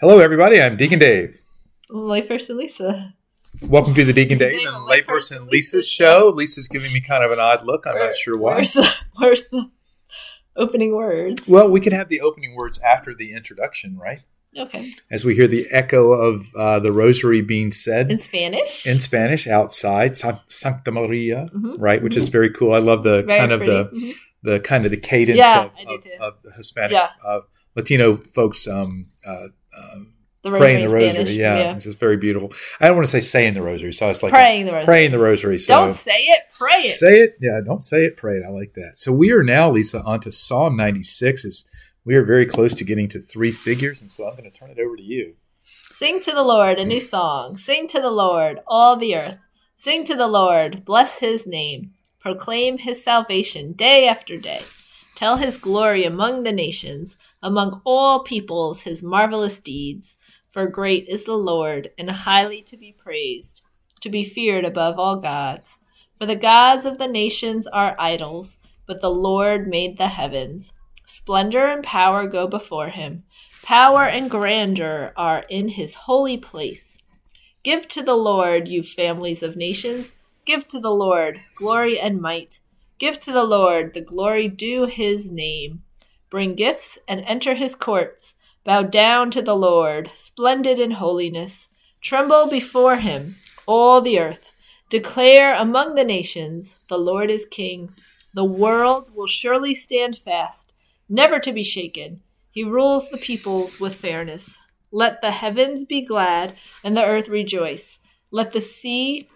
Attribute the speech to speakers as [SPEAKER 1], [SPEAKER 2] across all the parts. [SPEAKER 1] Hello, everybody. I'm Deacon Dave.
[SPEAKER 2] Layperson Lisa.
[SPEAKER 1] Welcome to the Deacon
[SPEAKER 2] Deacon
[SPEAKER 1] Dave
[SPEAKER 2] Dave
[SPEAKER 1] and
[SPEAKER 2] and
[SPEAKER 1] Layperson Lisa's
[SPEAKER 2] Layperson Lisa's
[SPEAKER 1] show. Lisa's giving me kind of an odd look. I'm not sure why.
[SPEAKER 2] Where's the where's the opening words?
[SPEAKER 1] Well, we could have the opening words after the introduction, right?
[SPEAKER 2] okay.
[SPEAKER 1] As we hear the echo of uh, the rosary being said
[SPEAKER 2] In Spanish?
[SPEAKER 1] in Spanish outside San- Sancta Maria,
[SPEAKER 2] Mhm.
[SPEAKER 1] right? Which is very cool. I love the
[SPEAKER 2] Very
[SPEAKER 1] kind
[SPEAKER 2] pretty.
[SPEAKER 1] of
[SPEAKER 2] Mhm.
[SPEAKER 1] the the kind of the cadence
[SPEAKER 2] Yeah,
[SPEAKER 1] of,
[SPEAKER 2] I do
[SPEAKER 1] of,
[SPEAKER 2] too.
[SPEAKER 1] of the Hispanic
[SPEAKER 2] Yeah.
[SPEAKER 1] uh, Latino folks um, uh, uh,
[SPEAKER 2] the
[SPEAKER 1] praying the
[SPEAKER 2] in
[SPEAKER 1] rosary.
[SPEAKER 2] Spanish,
[SPEAKER 1] Yeah, it's just very beautiful. I don't want to say saying the rosary, so it's like
[SPEAKER 2] praying the rosary.
[SPEAKER 1] praying the rosary. So
[SPEAKER 2] Don't say it, pray it.
[SPEAKER 1] Say it. Yeah, don't say it, pray it. I like that. So we are now, Lisa, onto Psalm 96. Is we are very close to getting to three figures, and so I'm going to turn it over to you.
[SPEAKER 2] Sing to the Lord a new song. Sing to the Lord, all the earth. Sing to the Lord, bless his name. Proclaim his salvation day after day. Tell his glory among the nations, among all peoples, his marvelous deeds. For great is the Lord, and highly to be praised, to be feared above all gods. For the gods of the nations are idols, but the Lord made the heavens. Splendor and power go before him. Power and grandeur are in his holy place. Give to the Lord, you families of nations. Give to the Lord glory and might. Give to the Lord the glory due his name. Bring gifts and enter his courts. Bow down to the Lord, splendid in holiness. Tremble before him, all the earth. Declare among the nations, the Lord is king. The world will surely stand fast, never to be shaken. He rules the peoples with fairness. Let the heavens be glad and the earth rejoice. Let the sea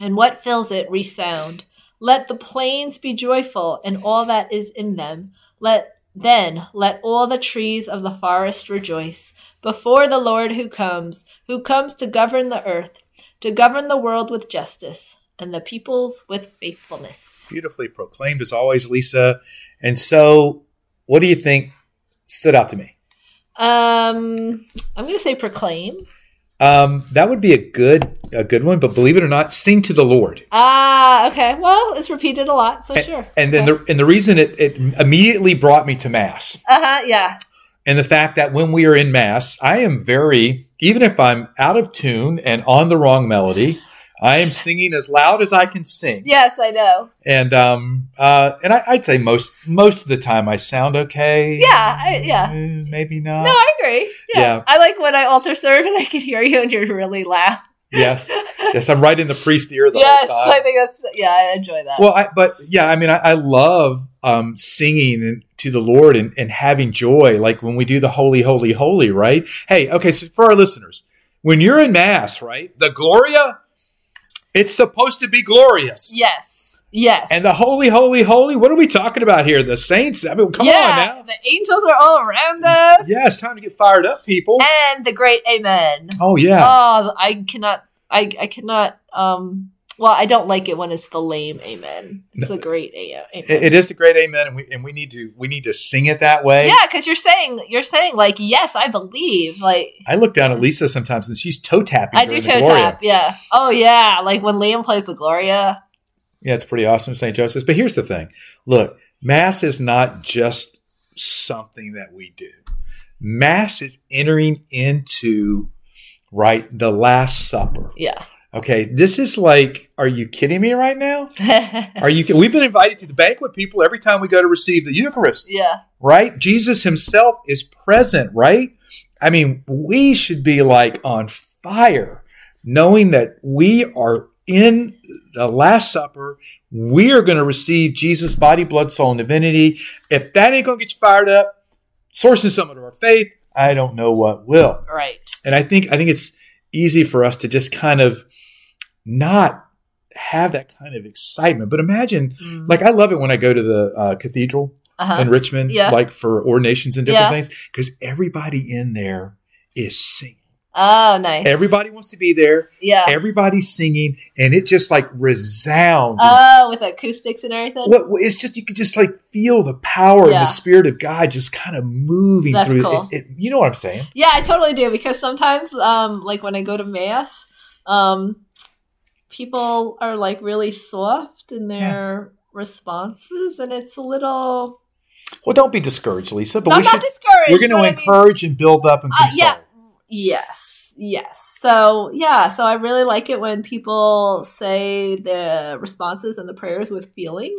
[SPEAKER 2] and what fills it resound. Let the plains be joyful and all that is in them. Let then let all the trees of the forest rejoice before the Lord who comes, who comes to govern the earth, to govern the world with justice and the peoples with faithfulness.
[SPEAKER 1] Beautifully proclaimed as always, Lisa. And so, what do you think stood out to me?
[SPEAKER 2] Um, I'm going to say proclaim.
[SPEAKER 1] Um, that would be a good a good one, but believe it or not, sing to the Lord.
[SPEAKER 2] Ah, okay. Well, it's repeated a lot, so
[SPEAKER 1] And,
[SPEAKER 2] sure.
[SPEAKER 1] and then the and the reason it, it immediately brought me to mass
[SPEAKER 2] Uh huh. Yeah.
[SPEAKER 1] and the fact that when we are in mass, I am very even if I'm out of tune and on the wrong melody, I am singing as loud as I can sing.
[SPEAKER 2] Yes, I know.
[SPEAKER 1] and um uh and I, I'd say most most of the time I sound okay.
[SPEAKER 2] Yeah, I- yeah.
[SPEAKER 1] Mm, Maybe not.
[SPEAKER 2] No, I agree. Yeah.
[SPEAKER 1] Yeah.
[SPEAKER 2] I like when I alter serve and I can hear you and you're really loud.
[SPEAKER 1] yes, yes, I'm right in the priest ear the
[SPEAKER 2] yes,
[SPEAKER 1] whole time.
[SPEAKER 2] I think that's yeah. I enjoy that.
[SPEAKER 1] well, I, but yeah, I mean, I, I love um, singing and- to the Lord and, and having joy, like when we do the holy, holy, holy, right? Hey, okay, so for our listeners, when you're in mass, right, the Gloria, it's supposed to be glorious,
[SPEAKER 2] yes. Yes.
[SPEAKER 1] and uh, the holy, holy, holy. What are we talking about here? The saints? I mean, come on
[SPEAKER 2] yeah,
[SPEAKER 1] now.
[SPEAKER 2] The angels are all around us.
[SPEAKER 1] Yeah, it's time to get fired up, people.
[SPEAKER 2] And the great Amen.
[SPEAKER 1] Oh yeah.
[SPEAKER 2] Oh, I cannot. I I cannot. Um. Well, I don't like it when it's the lame Amen. It's the great a- Amen.
[SPEAKER 1] It- it is the great amen and we and we need to we need to sing it that way.
[SPEAKER 2] yeah, because you're saying you're saying like yes, I believe like
[SPEAKER 1] I look down at Lisa sometimes and she's toe tapping.
[SPEAKER 2] I do toe tap, yeah. Oh yeah, like when Liam plays the Gloria.
[SPEAKER 1] Yeah, it's pretty awesome, St. Joseph's. But here's the thing. Look, mass is not just something that we do. Mass is entering into right the last supper.
[SPEAKER 2] Yeah.
[SPEAKER 1] Okay, this is like are you kidding me right now? Are you ki- we've been invited to the banquet people every time we go to receive the Eucharist.
[SPEAKER 2] yeah.
[SPEAKER 1] right? Jesus himself is present, right? I mean, we should be like on fire, knowing that we are in the Last Supper. We are going to receive Jesus' body, blood, soul, and divinity. If that ain't going to get you fired up, sourcing some of our faith, I don't know what will.
[SPEAKER 2] Right.
[SPEAKER 1] And I think I think it's easy for us to just kind of not have that kind of excitement. But imagine,
[SPEAKER 2] Mm.
[SPEAKER 1] like, I love it when I go to the uh, cathedral
[SPEAKER 2] Uh-huh.
[SPEAKER 1] in Richmond,
[SPEAKER 2] Yeah.
[SPEAKER 1] like for ordinations and different
[SPEAKER 2] Yeah.
[SPEAKER 1] things, because everybody in there is singing.
[SPEAKER 2] Oh, nice.
[SPEAKER 1] Everybody wants to be there.
[SPEAKER 2] yeah.
[SPEAKER 1] Everybody's singing, and it just like resounds.
[SPEAKER 2] oh, with acoustics and everything.
[SPEAKER 1] What- what- it's just you could just like feel the power and
[SPEAKER 2] Yeah.
[SPEAKER 1] the spirit of God just kind of moving
[SPEAKER 2] That's
[SPEAKER 1] through.
[SPEAKER 2] cool.
[SPEAKER 1] It, it- you know what I'm saying?
[SPEAKER 2] Yeah, I totally do because sometimes, um, like when I go to mass, um, people are like really soft in their responses, and it's a little.
[SPEAKER 1] Well, don't be discouraged, Lisa. But
[SPEAKER 2] I'm
[SPEAKER 1] we should.
[SPEAKER 2] not discouraged.
[SPEAKER 1] we're going
[SPEAKER 2] but
[SPEAKER 1] to
[SPEAKER 2] I mean-
[SPEAKER 1] encourage and build up and
[SPEAKER 2] Uh,
[SPEAKER 1] console.
[SPEAKER 2] yeah, Yes. Yes. So, yeah, so I really like it when people say the responses and the prayers with feeling.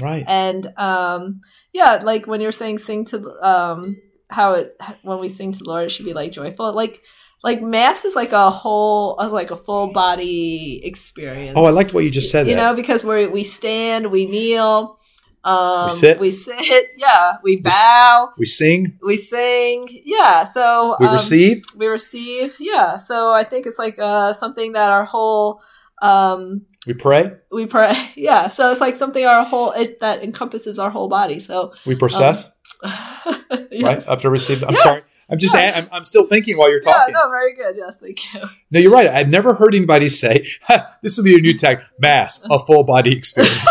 [SPEAKER 1] Right.
[SPEAKER 2] And um yeah, like when you're saying sing to the- um how it when we sing to the Lord it should be like joyful. Like like mass is like a whole uh, like a full body experience.
[SPEAKER 1] Oh, I liked what you just said.
[SPEAKER 2] You
[SPEAKER 1] that.
[SPEAKER 2] know, because we we stand, we kneel, um,
[SPEAKER 1] We sit.
[SPEAKER 2] we sit, yeah, we bow,
[SPEAKER 1] we sing,
[SPEAKER 2] we sing, yeah. So
[SPEAKER 1] we
[SPEAKER 2] um,
[SPEAKER 1] receive.
[SPEAKER 2] we receive, yeah. So I think it's like uh, something that our whole um,
[SPEAKER 1] We pray.
[SPEAKER 2] we pray, yeah. So it's like something our whole it, that encompasses our whole body. So
[SPEAKER 1] We process.
[SPEAKER 2] um, right,
[SPEAKER 1] Right after received. I'm
[SPEAKER 2] Yes.
[SPEAKER 1] sorry. I'm just.
[SPEAKER 2] Yeah.
[SPEAKER 1] I'm, I'm still thinking while you're
[SPEAKER 2] yeah,
[SPEAKER 1] talking.
[SPEAKER 2] no, very good. Yes, thank you.
[SPEAKER 1] No, you're right. I've never heard anybody say "Ha, this will be your new tag mass, a full body experience.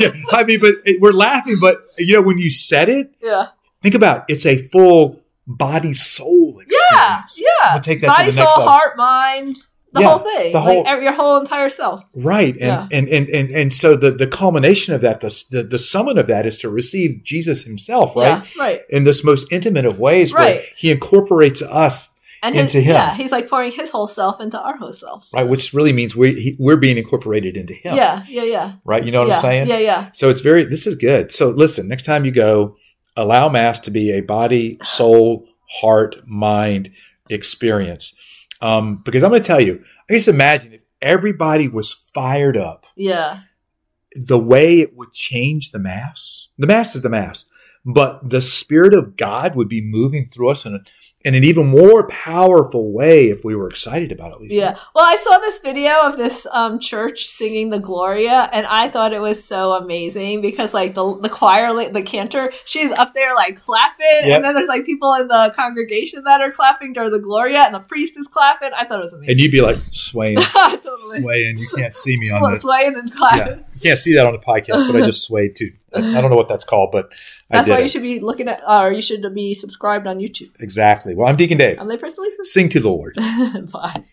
[SPEAKER 1] yeah, I mean, but it, we're laughing. But you know, when you said it,
[SPEAKER 2] yeah,
[SPEAKER 1] think about it, it's a full body soul
[SPEAKER 2] yeah,
[SPEAKER 1] experience.
[SPEAKER 2] yeah.
[SPEAKER 1] We'll take that to
[SPEAKER 2] Body,
[SPEAKER 1] the
[SPEAKER 2] soul,
[SPEAKER 1] next level.
[SPEAKER 2] heart, mind, the
[SPEAKER 1] Yeah,
[SPEAKER 2] whole thing,
[SPEAKER 1] the
[SPEAKER 2] like
[SPEAKER 1] whole-
[SPEAKER 2] ev- your whole entire self.
[SPEAKER 1] Right. And,
[SPEAKER 2] Yeah.
[SPEAKER 1] and, and, and, and so the, the culmination of that, the, the, the summit of that is to receive Jesus himself, right?
[SPEAKER 2] Yeah, right.
[SPEAKER 1] In this most intimate of ways where
[SPEAKER 2] Right.
[SPEAKER 1] he incorporates us,
[SPEAKER 2] and his,
[SPEAKER 1] into him.
[SPEAKER 2] Yeah, he's like pouring his whole self into our whole self.
[SPEAKER 1] right? Which really means we, he, we're being incorporated into him,
[SPEAKER 2] Yeah, yeah, yeah.
[SPEAKER 1] right? You know what
[SPEAKER 2] yeah,
[SPEAKER 1] I'm saying?
[SPEAKER 2] Yeah, yeah.
[SPEAKER 1] So it's very, this is good. So listen, next time you go, allow Mass to be a body, soul, heart, mind experience. Um, because I'm going to tell you, I just imagine if everybody was fired up,
[SPEAKER 2] Yeah.
[SPEAKER 1] the way it would change the Mass, the Mass is the Mass, but the Spirit of God would be moving through us in, a, in an even more powerful way if we were excited about it. Lisa.
[SPEAKER 2] Yeah. Well, I saw this video of this um, church singing the Gloria, and I thought it was so amazing because, like, the the choir, la- the cantor, she's up there like clapping,
[SPEAKER 1] Yep.
[SPEAKER 2] and then there's like people in the congregation that are clapping during the Gloria, and the priest is clapping. I thought it was amazing.
[SPEAKER 1] And you'd be like, swaying,
[SPEAKER 2] totally.
[SPEAKER 1] swaying. You can't see me on
[SPEAKER 2] Sw-
[SPEAKER 1] this.
[SPEAKER 2] Swaying and clapping.
[SPEAKER 1] You can't see that on the podcast, but I just swayed too. I, I don't know what that's called, but I
[SPEAKER 2] That's
[SPEAKER 1] did
[SPEAKER 2] why you
[SPEAKER 1] it.
[SPEAKER 2] should be looking at, or you should be subscribed on YouTube.
[SPEAKER 1] exactly. Well, I'm Deacon Dave.
[SPEAKER 2] I'm Lay Personally.
[SPEAKER 1] Sing to the Lord.
[SPEAKER 2] Bye.